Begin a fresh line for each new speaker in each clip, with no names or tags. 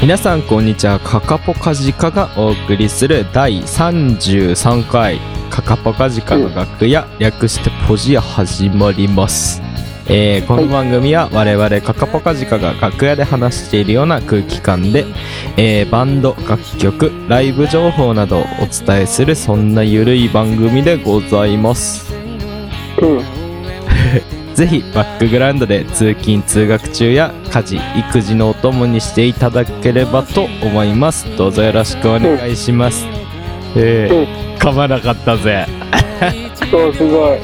皆さんこんにちはカカポカジカがお送りする第33回カカポカジカの楽屋、略してポジア始まります、えーこの番組は我々カカポカジカが楽屋で話しているような空気感で、えーバンド楽曲ライブ情報などをお伝えするそんなゆるい番組でございます
うん。
ぜひバックグラウンドで通勤通学中や家事育児のお供にしていただければと思いますどうぞよろしくお願いします、えー、噛まなかったぜ
そう、すごい。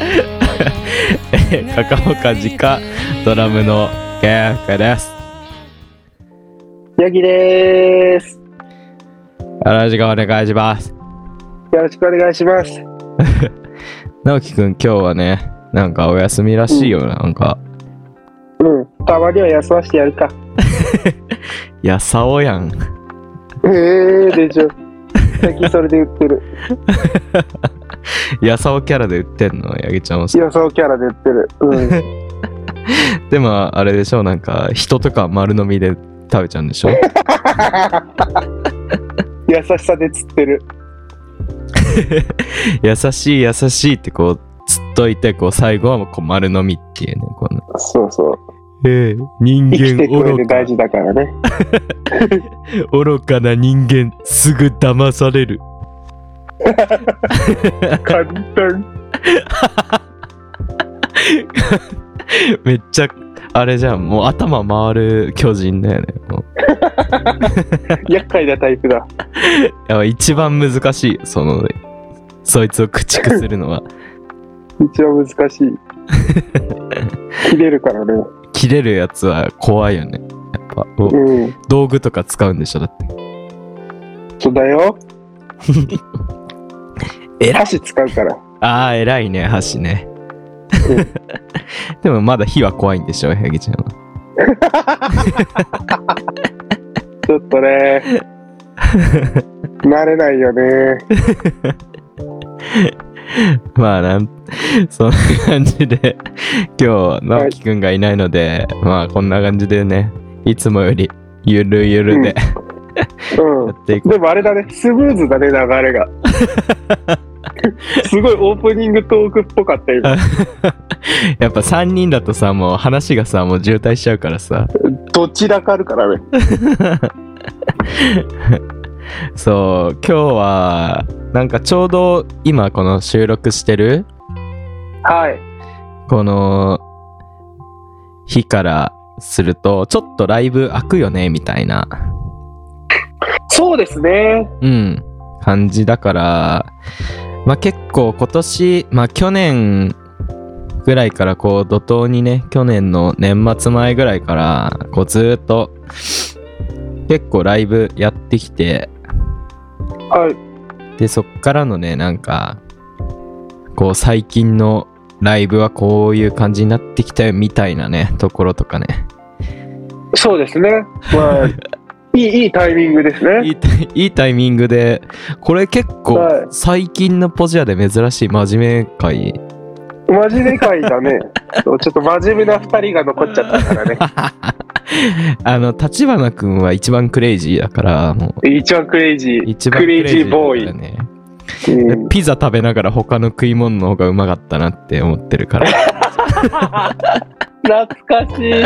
カカオカジカドラムのケヤカです
ヤギでーす。
よろしくお願いします
よろしくお願いします。
直樹くん今日はねなんかお休みらしいよなんか
うん。たまには休ませてやるか。
いやさおやん
えー、でしょ。最近それで売ってる。
やさおキャラで売ってんのやげちゃんも
予想キャラで売ってる。 うん。
でもあれでしょなんか人とか丸飲みで食べちゃうんでしょ
優しさで釣ってる。
優しい優しいってこうつっといてこう最後はもうこう丸飲みっていうねこの、
そうそう。
ええ人
生き
間
てくれ
愚
る
か
大事だからね。
愚かな人間すぐ騙される
簡単。
めっちゃあれじゃんもう頭回る巨人だよねもう
厄介なタイプだ。
やばい一番難しいそのそいつを駆逐するのは
一応難し い。切れるからね。
切れるやつは怖いよねやっぱお
うん。
道具とか使うんでしょだって
そうだ よ。
えら
箸使うから。
ああ偉いね箸ね でもまだ火は怖いんでしょヤギちゃんは
ちょっと ね。慣れないよね。
まあなん、そんな感じで、今日、直樹くんがいないので、まあこんな感じでね、いつもよりゆるゆるで
うん
や。っていこ
でもあれだね、スムーズだね、流れ が。すごいオープニングトークっぽかった今。
う。やっぱ3人だとさ、もう話がさ、もう渋滞しちゃうからさ、
どちらかあるからね。
そう、今日は、なんかちょうど今この収録してる、
はい。
この日からすると、ちょっとライブ開くよね、みたいな。
そうですね。
うん、感じだから、まあ、結構今年、まあ、去年ぐらいからこう怒涛にね去年の年末前ぐらいからこうずーっと結構ライブやってきて
はい。
でそっからのねなんかこう最近のライブはこういう感じになってきたよみたいなねところとかね
そうですね。まあ、い い、いいタイミングです
い
ね。
いタイいいタイミングでこれ結
はい
構最近のポジアで珍しい真面目回
真面目会だ ね。そうちょっと真面目な二人が残っちゃったから ね。
あの立花君は一番クレイジーだからも
一番クレイジ
う
ー。
一番
クレイジーボー
だ
イ
から。ね
うん
ピザ食べながら他の食い物の方がうまかったなって思ってるから
懐かしい。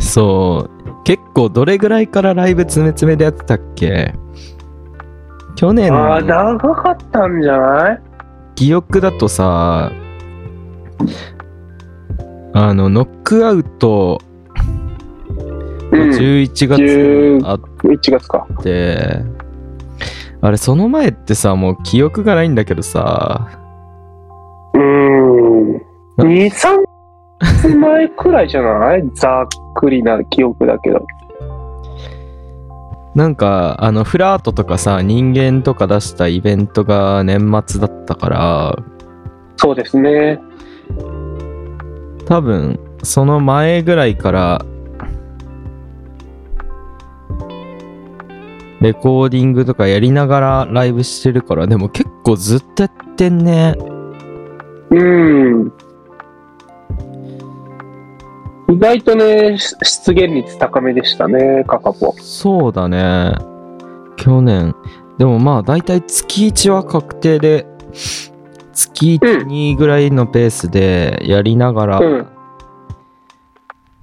そう結構どれぐらいからライブ詰め詰めでやってたっけ去年
ああ、長かったんじゃない
記憶だとさあのノックアウト
うん。
11
十
月あっ
1月か。
て、あれその前ってさもう記憶がないんだけどさ
うーん。2、3月前くらいじゃない ざっくりな記憶だけど。
なんかあのフラートとかさ人間とか出したイベントが年末だったから
そうですね。
多分その前ぐらいからレコーディングとかやりながらライブしてるからでも結構ずっとやってんね
うーん。意外とね、し出現率高めでしたね、カカポ。
そうだね。去年。でもまあ、だいたい月1は確定で、月
う
1、2ぐらいのペースでやりながら、
うん。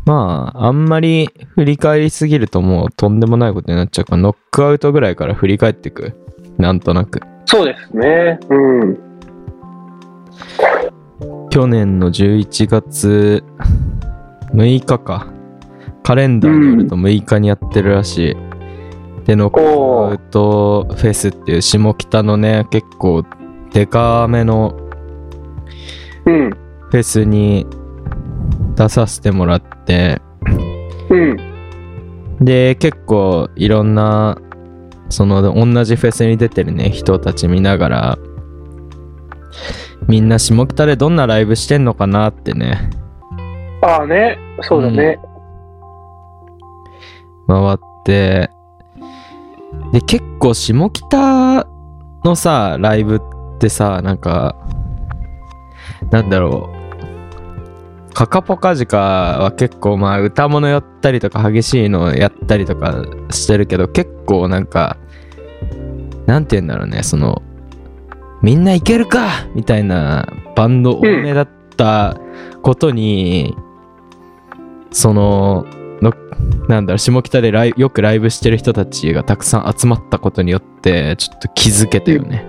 まあ、あんまり振り返りすぎるともうとんでもないことになっちゃうから、ノックアウトぐらいから振り返ってく。なんとなく。
そうですね。うん。
去年の11月6日か。カレンダーによると6日にやってるらしい。で、ノックアウトフェスっていう下北のね、結構デカめの
うん。
フェスに出させてもらって、
うん。
で、結構いろんな、その同じフェスに出てるね、人たち見ながら、みんな下北でどんなライブしてんのかなってね、
ああね、そうだね。
回って、で、結構下北のさ、ライブってさ、なんか、なんだろう、カカポカジカは結構まあ歌物やったりとか激しいのやったりとかしてるけど、結構なんか、なんて言うんだろうね、その、みんないけるかみたいなバンド多めだったことに、その、のなんだろう下北でライよくライブしてる人たちがたくさん集まったことによってちょっと気づけたよね。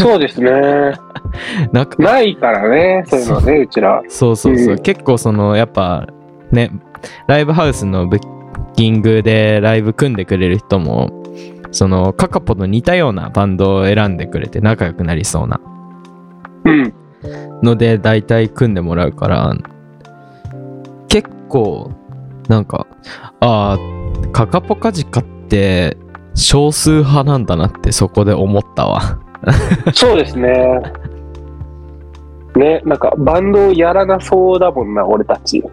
そうですね。
なんか
ないからね、そういうのは ね、うちら。
そうそうそう、
うん
結構そのやっぱねライブハウスのブッキングでライブ組んでくれる人もそのカカポと似たようなバンドを選んでくれて仲良くなりそうな
うん。
ので大体組んでもらうから結構なんかああカカポカジカって少数派なんだなってそこで思ったわ
そうですね。ね、なんかバンドをやらなそうだもんな、俺たち。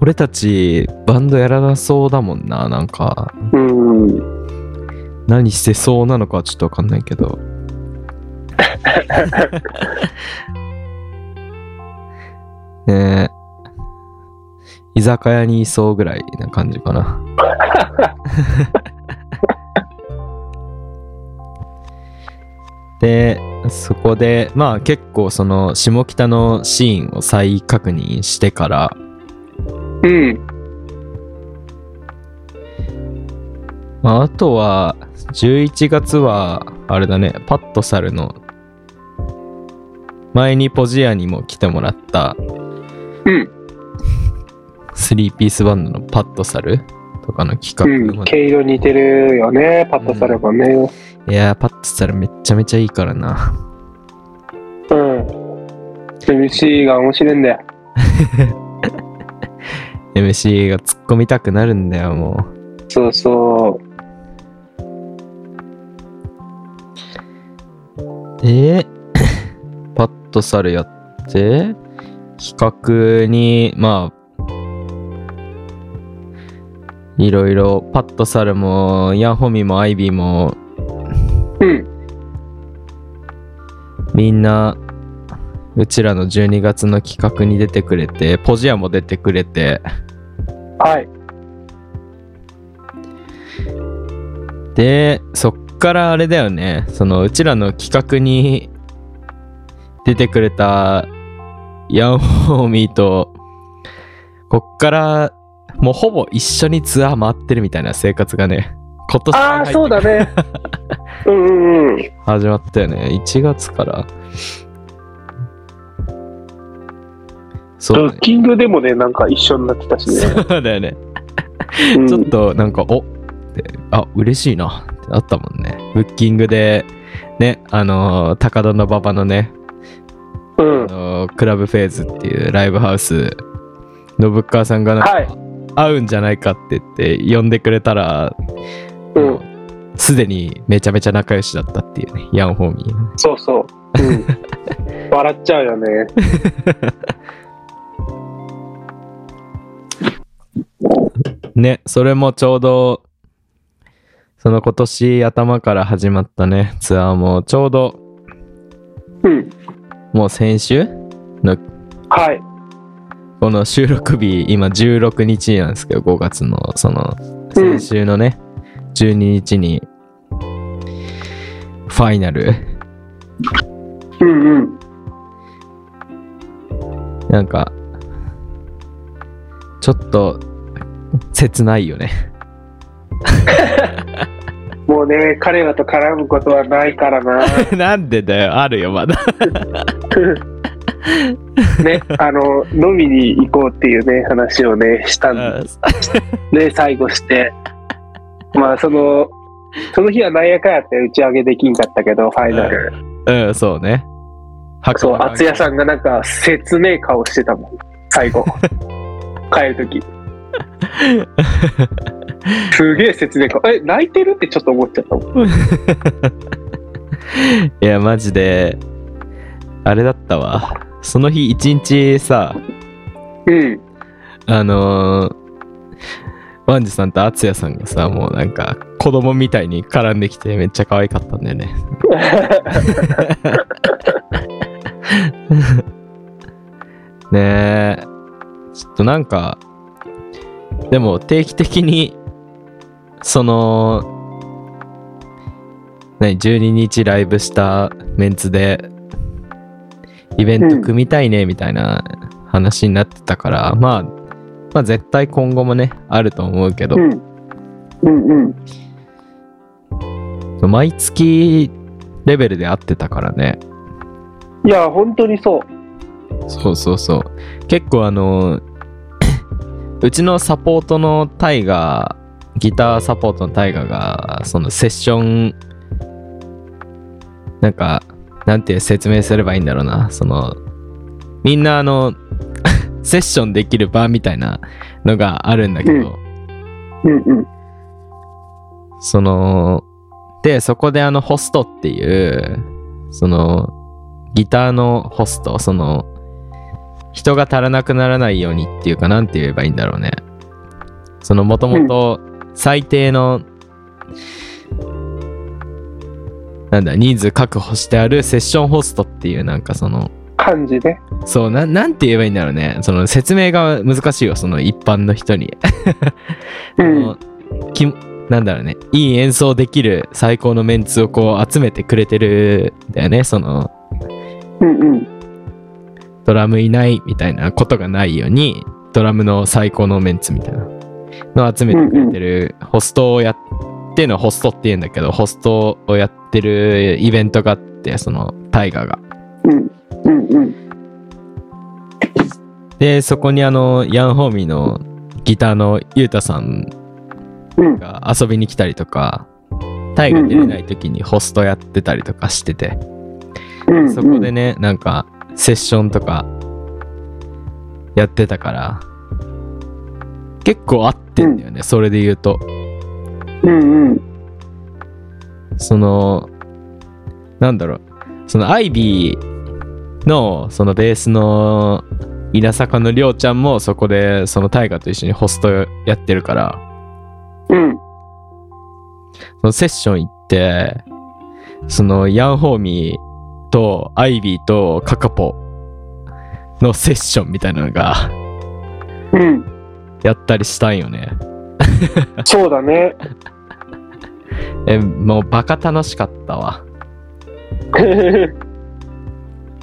俺たちバンドやらなそうだもんななんか
うん。
何してそうなのかはちょっとわかんないけどねえ居酒屋にいそうぐらいな感じかなでそこでまあ結構その下北のシーンを再確認してから
うん。
まあ、あとは、11月は、あれだね、パッとサルの、前にポジアにも来てもらった、
うん。
スリーピースバンドのパッとサルとかの企画
うん。
も、
毛色似てるよね、パッとさればね。
いやー、パッとサルめっちゃめちゃいいからな。
うん。MC が面白いんだよ。
MC が突っ込みたくなるんだよ、もう。
そうそ
で、 パッとサルやって、企画に、まあ、いろいろ、パッとサルも、ヤンホミも、アイビーも、
う。うん。
みんな、うちらの12月の企画に出てくれて、ポジアも出てくれて、
はい。
で、そっからあれだよね、その、うちらの企画に出てくれた、ヤンホーミーと、こっから、もうほぼ一緒にツアー回ってるみたいな生活がね、今年
ああ、そう だね。うんうんうん。
始まったよね、1月から。そう
ブ
だ
ッキングでもね、なんか一緒になってたしね。
ねそうだよね。
うん
ちょっとなんか、おって、あ、嬉しいなってあったもんね。ブッキングで、ね、あのー高田の馬場のね、
うん
あ。のークラブフェーズっていうライブハウス、のぶっかわさんがなんか、
はい。
合うんじゃないかって言って、呼んでくれたら、
うん。
すでにめちゃめちゃ仲良しだったっていうね、ヤンホーミー。
そうそう。うん。 笑っちゃうよね。
ね、それもちょうど、その今年頭から始まったね、ツアーもちょうど
うん。
もう先週の
はい。
この収録日今16日なんですけど5月のその
うん
先週のね、12日にファイナル
うんうん。
なんかちょっと切ないよね
もうね、彼らと絡むことはないからな。
なんでだよあるよまだ
ね、あの、飲みに行こうっていうね、話をね、したんで、ね、最後して。まあ、その、その日はなんやかんやって打ち上げできんかったけど、ファイナル。
うんそうね白
そう、
馬
敦也さんがなんか、切ねえ顔してたもん、最 後。帰るとき。すげえ切ねえ顔。え、泣いてるってちょっと思っちゃったもん。
いやマジであれだったわその日一日さ
うん。
あのー、ワンジさんとアツヤさんがさもうなんか子供みたいに絡んできてめっちゃ可愛かったんだよねねえちょっとなんかでも定期的にその何12日ライブしたメンツでイベント組みたいねみたいな話になってたから、まあまあ絶対今後もねあると思うけど
う、ん。うんうん。
毎月レベルで会ってたからね
いや、本当にそう。
そうそうそう結構あの うちのサポートのタイガーギターサポートのタイガーがそのセッションなんかなんて説明すればいいんだろうなそのみんなあの セッションできる場みたいなのがあるんだけど、
うんうんうん。
その、で、そこであの、ホストっていう、その、ギターのホスト、その、人が足らなくならないようにっていうか、なんて言えばいいんだろうね。その、もともと、最低の、なんだ、人数確保してあるセッションホストっていう、なんかその、
感じね。
そうなん、なんて言えばいいんだろうね。その、説明が難しいよ、その、一般の人に。あ
うん
の。きなんだろうねいい演奏できる最高のメンツをこう集めてくれてるんだよねその
うんうん。
ドラムいないみたいなことがないようにドラムの最高のメンツみたいなのを集めてくれてるホストをやってのホストって言うんだけどホストをやってるイベントがあってそのタイガーが
うんうんうん。
でそこにあのヤンホーミーのギターのユータさん
うん、
が遊びに来たりとかタイが出れない時にホストやってたりとかしてて
うん、
そこでね、なんか、セッションとか、やってたから、結構合ってんだよね、それで言うと。
うんうん、
その、なんだろう、その、アイビーの、その、ベースの、稲坂のりょうちゃんも、そこで、その、大河と一緒にホストやってるから、
う
そ
ん、
のセッション行って、そのヤンホーミーとアイビーとカカポのセッションみたいなのが
うん、
やったりしたんよね。
そうだね。
え、もうバカ楽しかったわ。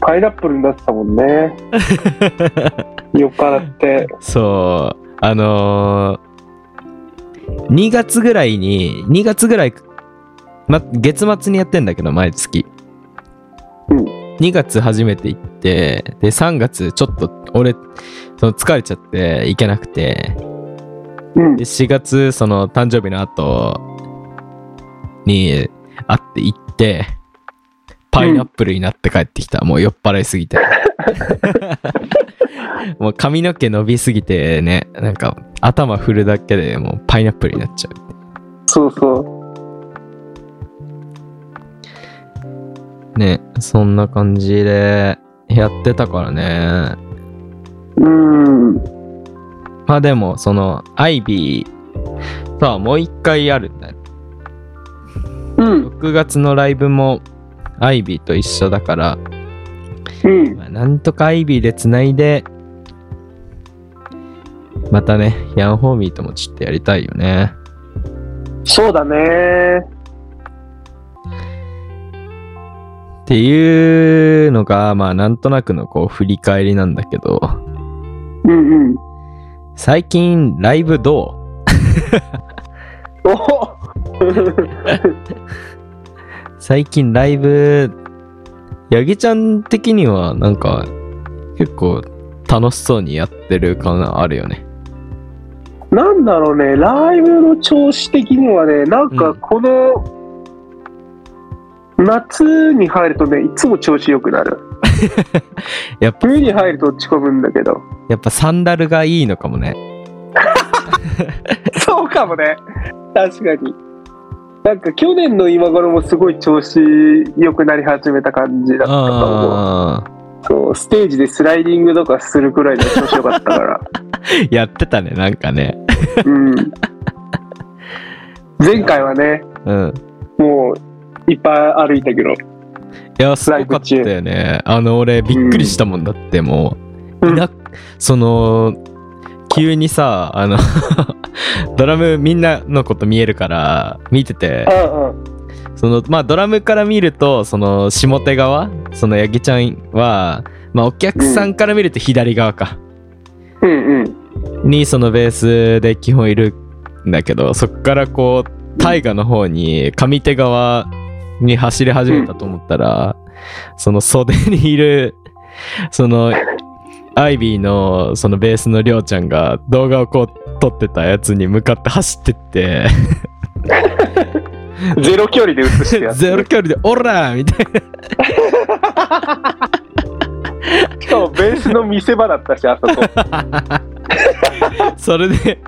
パイナップルになってたもんね。酔っ払って。
そう、あのー、2月ぐらいに、2月ぐらい、ま、月末にやってんだけど、毎月。
うん
2月初めて行って、で、3月ちょっと俺、その疲れちゃって行けなくて、
うん
で、4月その誕生日の後に会って行ってパイナップルになって帰ってきた、もう酔っ払いすぎてもう髪の毛伸びすぎてねなんか頭振るだけでもうパイナップルになっちゃ
そうそう
ねそんな感じでやってたからね
う。うん、
まあでもそのアイビーとはもう一回あるんだよ
うん、
6月のライブもアイビーと一緒だから
うん。
まあなんとかアイビーでつないで、またね、ヤンホーミーともちょっとやりたいよね。
そうだね。
っていうのが、まあなんとなくのこう振り返りなんだけど、
うんうん。
最近ライブどう
おお
最近ライブ、ヤギちゃん的にはなんか結構楽しそうにやってる感あるよね。
なんだろうね、ライブの調子的にはね、なん
う
か
ん
この、夏に入るとね、いつも調子良くなる。
やっぱ、
冬に入ると落ち込むんだけど。
やっぱサンダルがいいのかもね。
そうかもね。確かに。なんか去年の今頃もすごい調子良くなり始めた感じだったと思う。
ああ
そうステージでスライディングとかするくらいの調子良かったから。
ー、やってたね、なんかね。
うん。前回はね、
うん。
もういっぱい歩いたけど。
いや、すごかったよね。あの、俺、びっくりしたもんだって、もう、
うん
いな、その、急にさ、あの、 ドラムみんなのこと見えるから、見てて、
うんうん。
その、まあ、ドラムから見ると、その、下手側、その、八木ちゃんは、まあ、お客さんから見ると左側か、
うんうん。
に、そのベースで基本いるんだけど、そっからこう、大河の方に、上手側に走り始めたと思ったら、その袖にいる、 その、アイビーの、そのベースのりょうちゃんが動画をこう、撮ってたやつに向かって走ってって、
ゼロ距離で映してや っ
ゼロ距離で、オラーみたい
しかもベースの見せ場だったし、あそこ。
な。それで、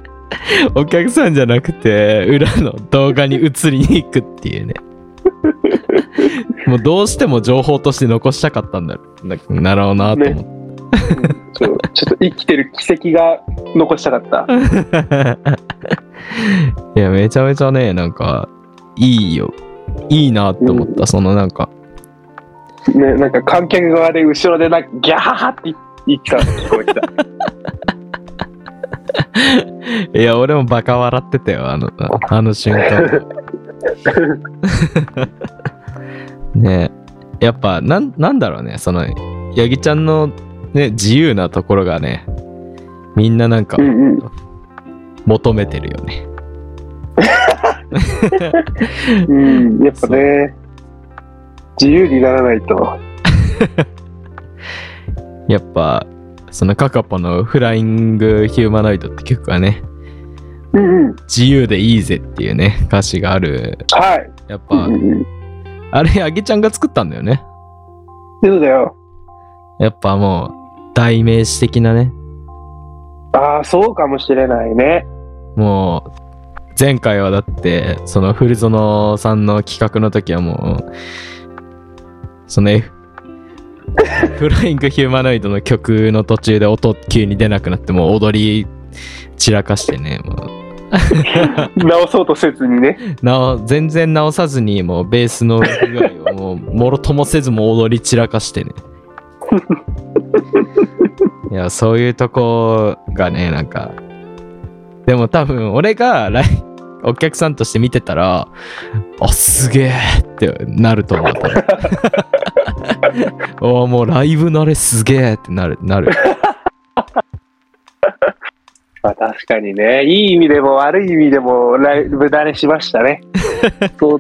お客さんじゃなくて、裏の動画に映りに行くっていうね。もうどうしても情報として残したかったんだななろうなと思って。
そうちょっと生きてる奇跡が残したかった。
いや、めちゃめちゃね、なんか、いいよ。いいなって思った、そのなんか、
ね、なんか観客側で後ろでなんかギャハハって言ってたの聞こえてた。
いや、俺もバカ笑ってたよ、あの、あの瞬間。 ねえやっぱ、なん、なんだろうね、その、ヤギちゃんの、ね、自由なところがね、みんななんか
うんうん。
求めてるよね。
うん、やっぱね、自由にならないと。
やっぱ、そのカカポのフライングヒューマノイドって曲はね、
うんうん。
自由でいいぜっていうね、歌詞がある。
はい。
やっ
う
ぱ
ん、うんうん。
あれ、ヤギちゃんが作ったんだよね。
そうだよ。
やっぱもう、代名詞的なね、
ああ、そうかもしれないね。
もう前回はだってその古園さんの企画の時はもうその F フライングヒューマノイドの曲の途中で音急に出なくなってもう踊り散らかしてねも
直そうとせずにね。
うなお全然直さずにもうベースの不具合をもうもろともせずもう踊り散らかしてねいやそういうとこがねなんかでも多分俺が来お客さんとして見てたらあすげえってなると思う多分おーもうライブ慣れすげえってなるなる
まあ確かにね、いい意味でも悪い意味でもライブ慣れしましたね。そう。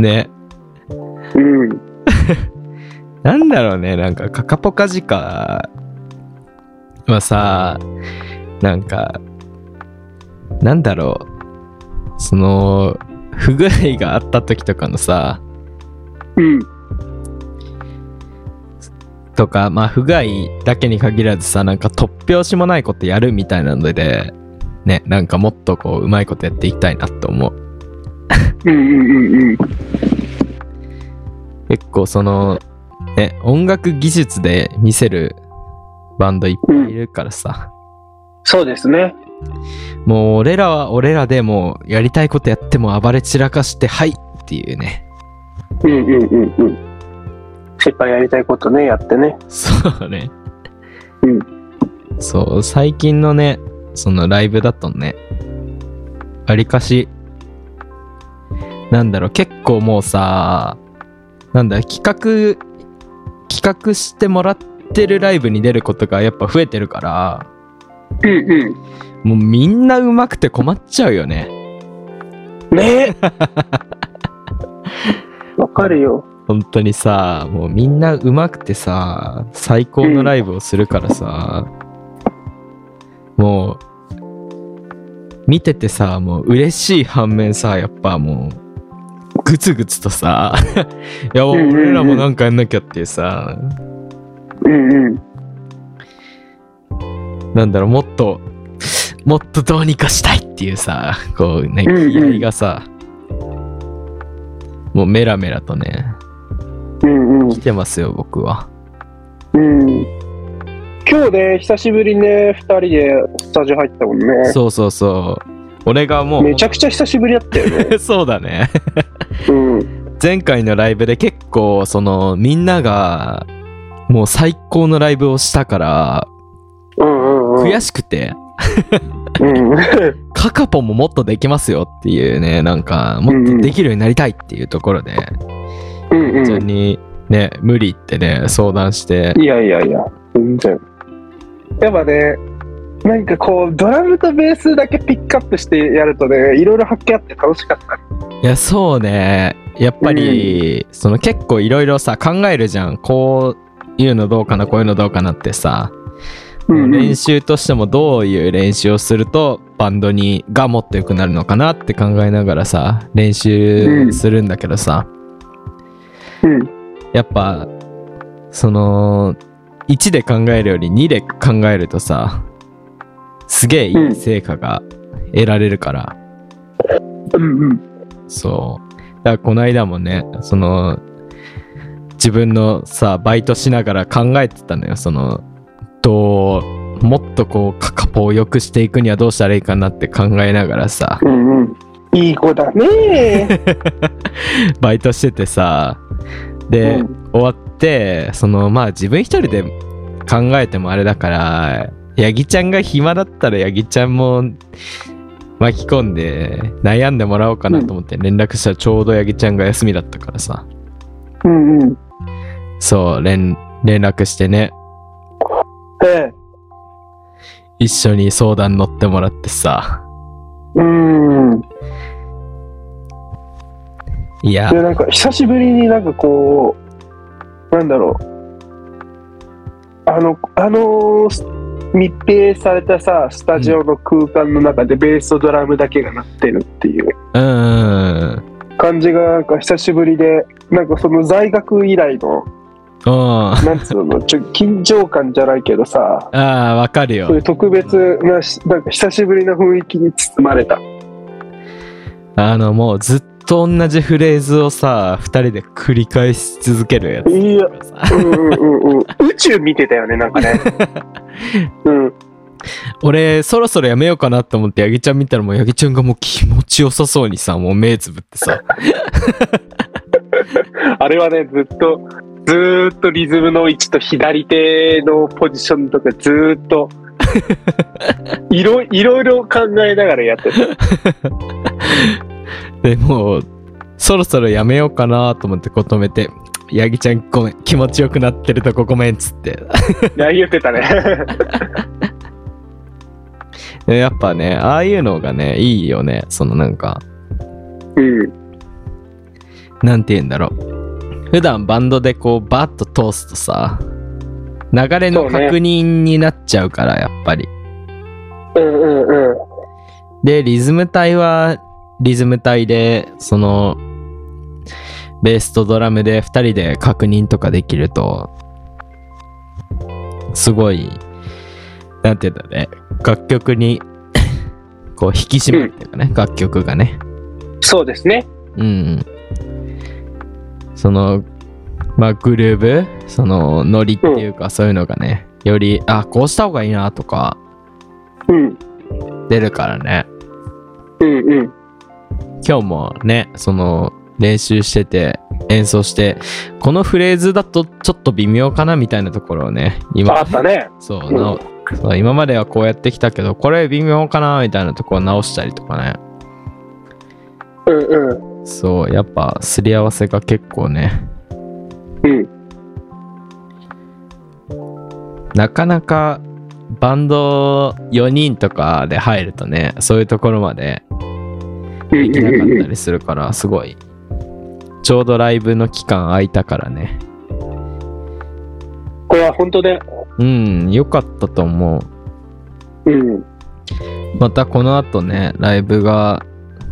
ね
うん。
なんだろうねなんかカカポカジカはさなんかなんだろうその不具合があった時とかのさ
うん。
とかまあ不具合だけに限らずさなんか突拍子もないことやるみたいなのでねなんかもっとこううまいことやっていきたいなと思う
うんうんうんうん。
結構そのね音楽技術で見せるバンドいっぱいいるからさ、
そうですね。
もう俺らは俺らでもうやりたいことやっても暴れ散らかしてはいっていうね
うんうんうんうん。いっぱいやりたいことね、やってね。
そうね。
うん。
そう、最近のね、そのライブだとね、わりかし、なんだろう、結構もうさ、なんだ、企画、企画してもらってるライブに出ることがやっぱ増えてるから、
うんう
もうみんな上手くて困っちゃうよね。
ん。ね わかるよ。
本当にさ、もうみんな上手くてさ、最高のライブをするからさ、もう、見ててさ、もう嬉しい反面さ、やっぱもう、ぐつぐつとさ、いや、
うんうんうん
俺らもなんかやんなきゃっていうさ、
うんうん。
なんだろう、もっと、もっとどうにかしたいっていうさ、こうね、
うんうん
気合がさ、もうメラメラとね、
うんうん
来。てますよ、僕は。
うん。今日ね、久しぶりね、二人でスタジオ入ったもんね。
そうそうそう。俺がもう、
めちゃくちゃ久しぶりだったよね。
そうだね。
うん。
前回のライブで結構、その、みんなが、もう最高のライブをしたから、
うんうんうん。
悔しくて、
うん。
カカポももっとできますよっていうね、なんか、もっとできるようになりたいっていうところで、
うん
普
う
通に、ね、無理言ってね、相談して
ん。、いやいやいや、全然。やっぱね、なんかこう、ドラムとベースだけピックアップしてやるとね、いろいろ発見あって楽しかった。
いや、そうね、やっぱり、その結構いろいろさ、考えるじゃん。こういうのどうかな、こういうのどうかなってさ、
うんうん
練習としてもどういう練習をするとバンドにがもっと良くなるのかなって考えながらさ練習するんだけどさ、
うん。
やっぱその1で考えるより2で考えるとさすげえいい成果が得られるから、
うんうん。
そうだからこの間もねその自分のさバイトしながら考えてたのよそのどうもっとこうカカポを良くしていくにはどうしたらいいかなって考えながら さ
うんうん。いい子だね。
バイトしててさで、
うん
終わってそのまあ自分一人で考えてもあれだからヤギちゃんが暇だったらヤギちゃんも巻き込んで悩んでもらおうかなと思って連絡したらちょうどヤギちゃんが休みだったからさ
うんうん。
そう連連絡してね
ええ。
一緒に相談乗ってもらってさ
うん。
いや
でなんか久しぶりになんかこうなんだろうあのあのす密閉されたさスタジオの空間の中でベースとドラムだけが鳴ってるっていう
うんうんうん
感じがなんか久しぶりでなんかその在学以来の
あ
なんつうのちょ緊張感じゃないけどさ
あわかる
そうい
よ
う特別なしなんか久しぶりな雰囲気に包まれた
あのもうずっと同じフレーズをさ2人で繰り返し続けるやつ
いや
だからさ
うんうんうんうん宇宙見てたよねなん かねうん
俺そろそろやめようかなと思ってヤギちゃん見たらもうヤギちゃんがもう気持ちよさそうにさもう目つぶってさ
あれはね、ずっと、ずーっとリズムの位置と左手のポジションとかずー っと、いろ、いろいろ考えながらやってた。
でもうそろそろやめようかなと思ってこう止めて「ヤギちゃんごめん気持ちよくなってるとこごめん」っつって
いや言っ てたね。
でやっぱねああいうのがねいいよねそのなんか
うん。
なんて言うんだろう普段バンドでこうバッと通すとさ流れの確認になっちゃうからやっぱり
うんうんうん。
で、リズム隊は、リズム隊で、その、ベースとドラムで2人で確認とかできると、すごい、なんて言うんだろうね、楽曲に、こう、引き締まるっていうかね、楽曲がね。
そうですね。
うん。その、まあ、グルーブ、その、ノリっていうか、そういうのがね、より、あ、こうした方がいいなとか、
うん。
出るからね。
うんうん。
今日もねその練習してて演奏して、このフレーズだとちょっと微妙かなみたいなところをね、
あ
今
っ、たね。
そう、なおそう今まではこうやってきたけど、これ微妙かなみたいなところを直したりとかね。
うんうん。
そう、やっぱすり合わせが結構ね、
うん。
なかなかバンド4人とかで入るとね、そういうところまで
うん
できな
う
かっ
んう
た
ん
りするから、すごい。ちょうどライブの期間空いたからね。
これは本当で。
うん、良かったと思う。
うん。
またこの後ね、ライブが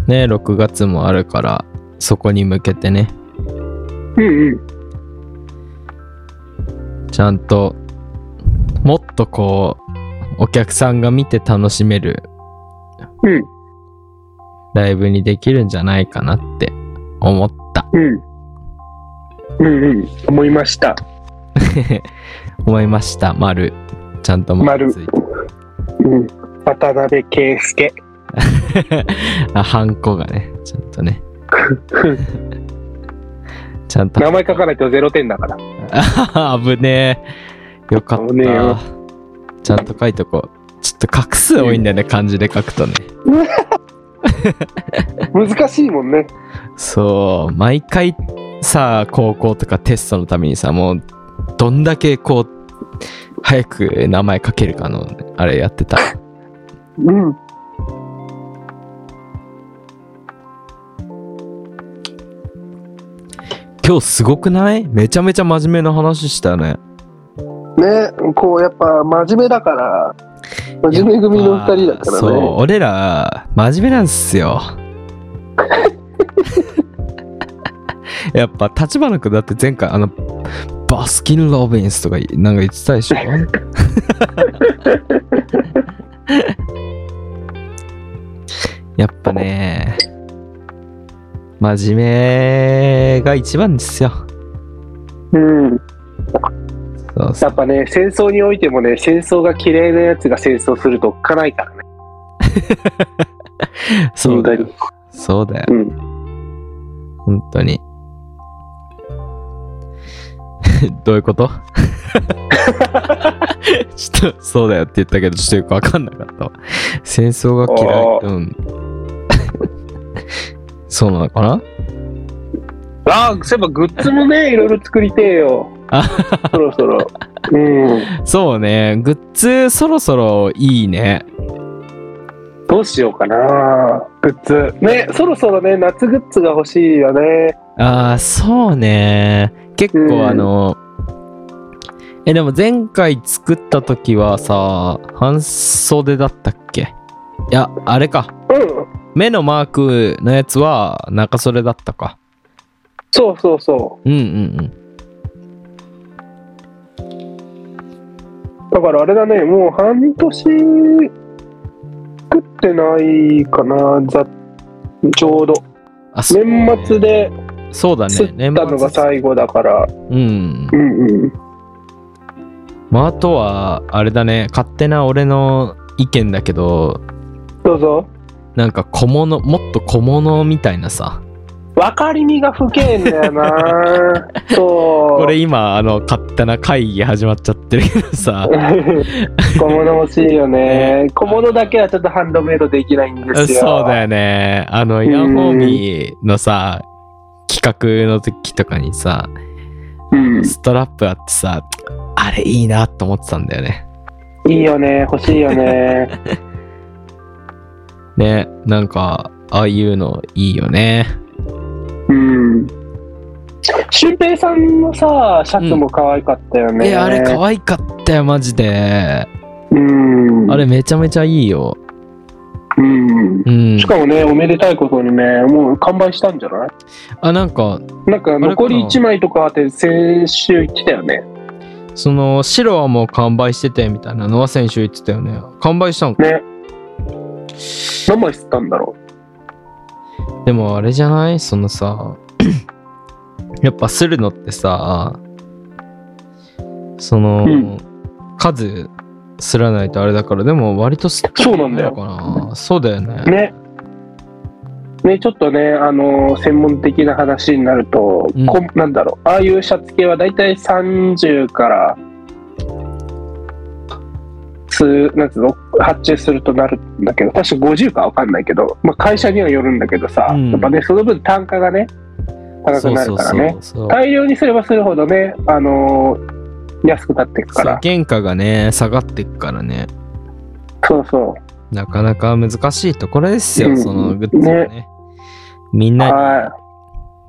ね、6月もあるから、そこに向けてね、
うんうん。
ちゃんと、もっとこう、お客さんが見て楽しめる
うん
ライブにできるんじゃないかなって思った。
うん。うんうん。思いました。
思いました、丸。ちゃんと丸ついて。
うん。渡辺圭介。
あ、ハンコがね、ちゃんと ね。ちゃんと。
名前書かないとゼロ点だから。
あぶねえ。よかっ
危ねえよ
た。ちゃんと書いとこう。ちょっと画数多いんだよね、漢字で書くとね。
難しいもんね。
そう、毎回さ、高校とかテストのためにさ、もう、どんだけこう、早く名前書けるかの、あれやってた。
うん。
今日すごくないめちゃめちゃ真面目な話したね。
ね、こうやっぱ真面目だから、真面目組の二人だから
そう、
ね。
俺ら、真面目なんすよ。やっぱ、立花君だって前回、あの、バスキン・ロビンスとか、なんか言ってたでしょ やっぱね、真面目が一番ですよ。
うん。
そうそ
やっぱね、戦争においてもね、戦争が綺麗なやつが戦争するとおっかないからね。
うそうだよ
本。
そうだよ
当。にうん。
本当に。 どういうこと ちょっと、そうだよって言ったけど、ちょっとよくわかんなかったわ。戦争が嫌い
あ。
うん。 そうなのかな
ああ、そういえばグッズもね、いろいろ作りてえよ
あ。
そろそろ。うん。
そうね。グッズ、そろそろいいね。
どうしようかな、グッズ。ね、そろそろね、夏グッズが欲しいよね。
ああ、そうね。結
うん
構あの、え、でも前回作った時はさ、半袖だったっけいや、あれか。
うん。
目のマークのやつは中それだったか
そうそうそ
うんうん
う。だからあれだね、もう半年作ってないかな、ざちょうど。
うんあそうね
年末で
そうだ
釣
ね
った
年
のが
末
最後だから、
うん
うんうん
まああとはあれだね勝手な俺の意見だけど
どうぞ
なんか小物もっと小物みたいなさ
分かりみが不けんだ よなそう
これ今あの勝手な会議始まっちゃってるけどさ
小物欲しいよね
ね
小物だけはちょっとハンドメイドできないんですよ
そうだよねあのイヤホーミーのさ企画の時とかにさ
うん
ストラップあってさあれいいなと思ってたんだよね
いいよね欲しいよ ね
ねなんかああいうのいいよね
うん俊平さんのさシャツも可愛かったよね、
えあれ可愛かったよマジで
うん
あれめちゃめちゃいいよ
うん
うん
しかもねおめでたいことにねもう完売したんじゃない
あなんか
なん
あ
か残
れ
り
かな
1枚とかって先週言ってたよね
その白はもう完売しててみたいなのは先週言ってたよね完売したんか
ね何枚吸ったんだろ
でもあれじゃないその さやっぱするのってさその、
うん
数すらないとあれだからでも割とすっ
そうなんだよ
かなそうだよね
うねね、ちょっとね、あの専門的な話になると、
うん
こんなんだろう、ああいうシャツ系はだいたい30から、すなんつうの、発注するとなるんだけど、確か50かわかんないけど、まあ、会社にはよるんだけどさ、
うん
やっぱね、その分単価がね、高
そ
く
う
な
そ
る
う
からね。
そうそう
大量にすればするほどね、あの安くなっていくか
そう
ら。
原価がね下がってくからね
そうそう。
なかなか難しいところですよ、
うん
そのグッズはねみんな
は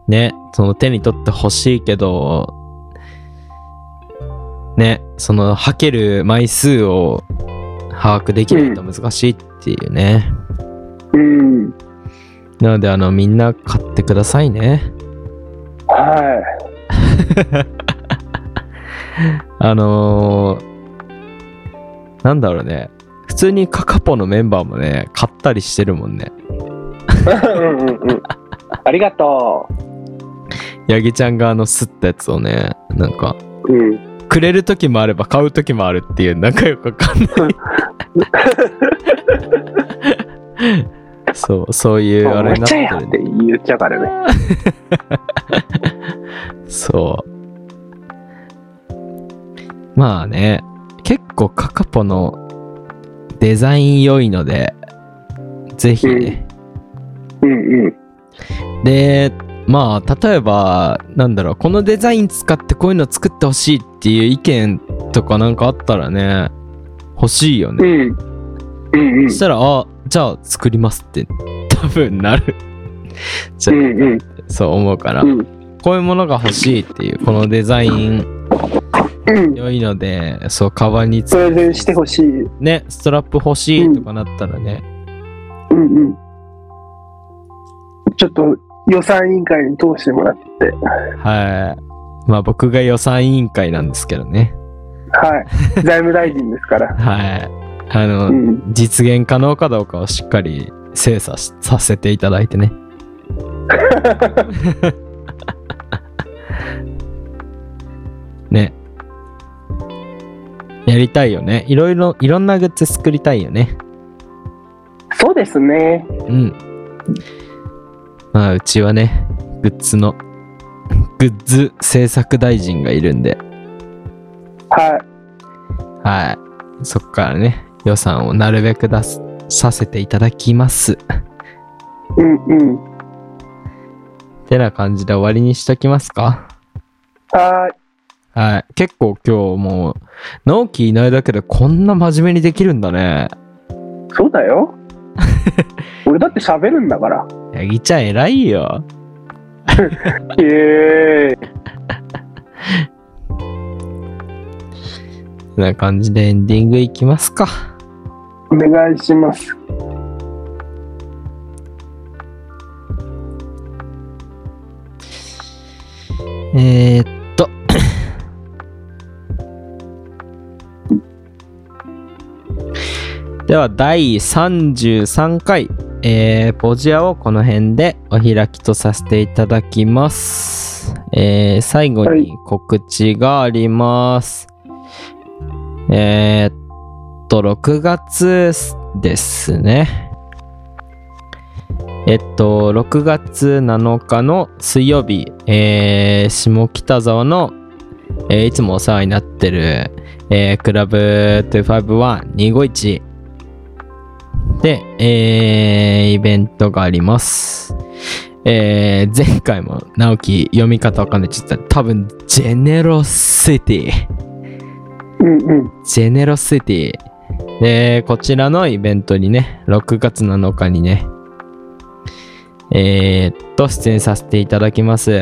にねその手に取ってほしいけどねそのはける枚数を把握できないと難しいっていうね、
い。うん。
なのであのみんな買ってくださいね
は
あのーなんだろうね普通にカカポのメンバーもね買ったりしてるもんね
い。うんうんうん。ありがと
ヤギちゃんがあの吸ったやつをねなんか
う。うん。
くれる時もあれば買う時もあるっていう仲良くわかんないそうそういうあれに
めっ
なっ
ち
て
ゃやっ
る
て言っちゃうからね。
そうまあね結構カカポのデザイン良いのでぜひね、
うんうん。
でまあ例えばなんだろうこのデザイン使ってこういうの作ってほしいっていう意見とかなんかあったらね欲しいよね
うん。うんうん
そし。たら、あ、じゃあ作りますって、 多分なる。じゃ
うんうん。
そう思うから
う、ん
こういうものが欲しいっていう、このデザイン
うん。
良いので、そう、カバンに
プ
つ
レゼンしてほしい。うん
ね、ストラップ欲しいとかなったらね、
うん。ちょっと予算委員会に通してもらって。
はい。まあ僕が予算委員会なんですけどね。
はい。財務大臣です から。
はい。あの、
うん。
実現可能かどうかをしっかり精査しさせていただいてね。ね。やりたいよね。いろいろ、いろんなグッズ作りたいよね。
そうですね。
うん。まあ、うちはね、グッズの、グッズ制作大臣がいるんで、
は
はい。そっからね、予算をなるべく出す、させていただきます。
い。うんうん。
てな感じで終わりにしときますか
は
はい。結構今日もう、直樹いないだけでこんな真面目にできるんだね。
ーい。そう だよ。俺だって喋るんだから。
ヤギちゃん偉いよ。
イエーイ。
てな感じでエンディングいきますか。
お願いします。
えー、っと。では、第33回、えー、ポジアをこの辺でお開きとさせていただきます。えー、最後
は
に
い
告知があります。えー、っと、6月ですね。えっと、6月7日の水曜日、えー下北沢の、えーいつもお世話になってる、えークラブ251251で、えーイベントがあります。えー前回も直樹読み方わかんないって言ってた多分ジェネロシティ
うんうん。
ジェネロシティ。で、こちらのイベントにね、6月7日にね、えーっと、出演させていただきます。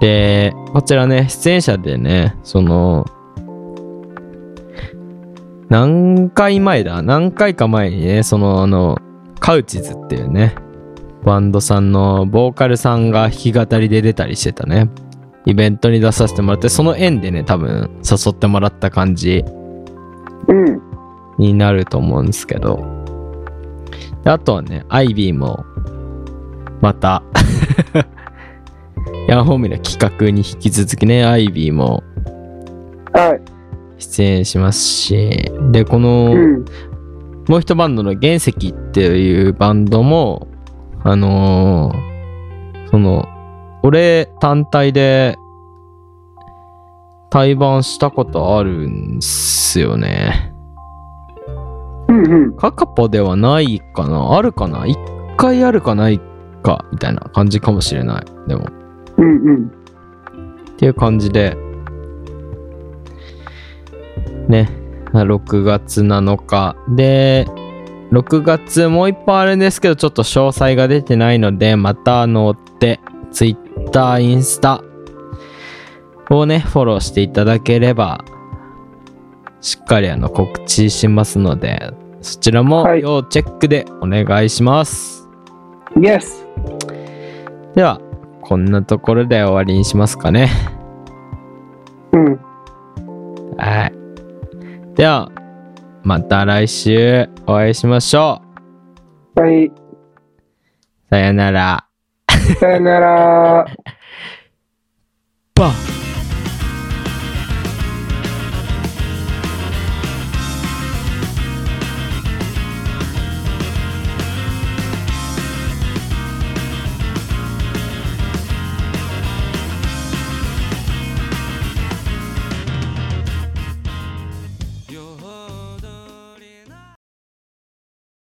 で、こちらね、出演者でね、その、何回前だ何回か前にね、その、あの、カウチズっていうね、バンドさんのボーカルさんが弾き語りで出たりしてたね、イベントに出させてもらって、その縁でね、多分誘ってもらった感じ
うん。
になると思うんですけど。であとはね、アイビーも、また、 ヤンホーミーの企画に引き続きね、アイビーも
はい。
出演しますし、で、この、
Hmm. うん。
もう一バンドの原石っていうバンドもあのーその、俺単体で対バンしたことあるんすよね。
うんうん。
カカポではないかなあるかな一回あるかないかみたいな感じかもしれない。でも。
うんうん。
っていう感じで、ね、6月7日。で、6月もう一本あるんですけど、ちょっと詳細が出てないので、またあの追って、Twitter、インスタをね、フォローしていただければ、しっかりあの告知しますので、そちらも
はい
要チェックでお願いします。
イエス
では、こんなところで終わりにしますかね。
うん。
はい。では、また来週お会いしましょう。
はい。
さよなら。
さよなら。
バー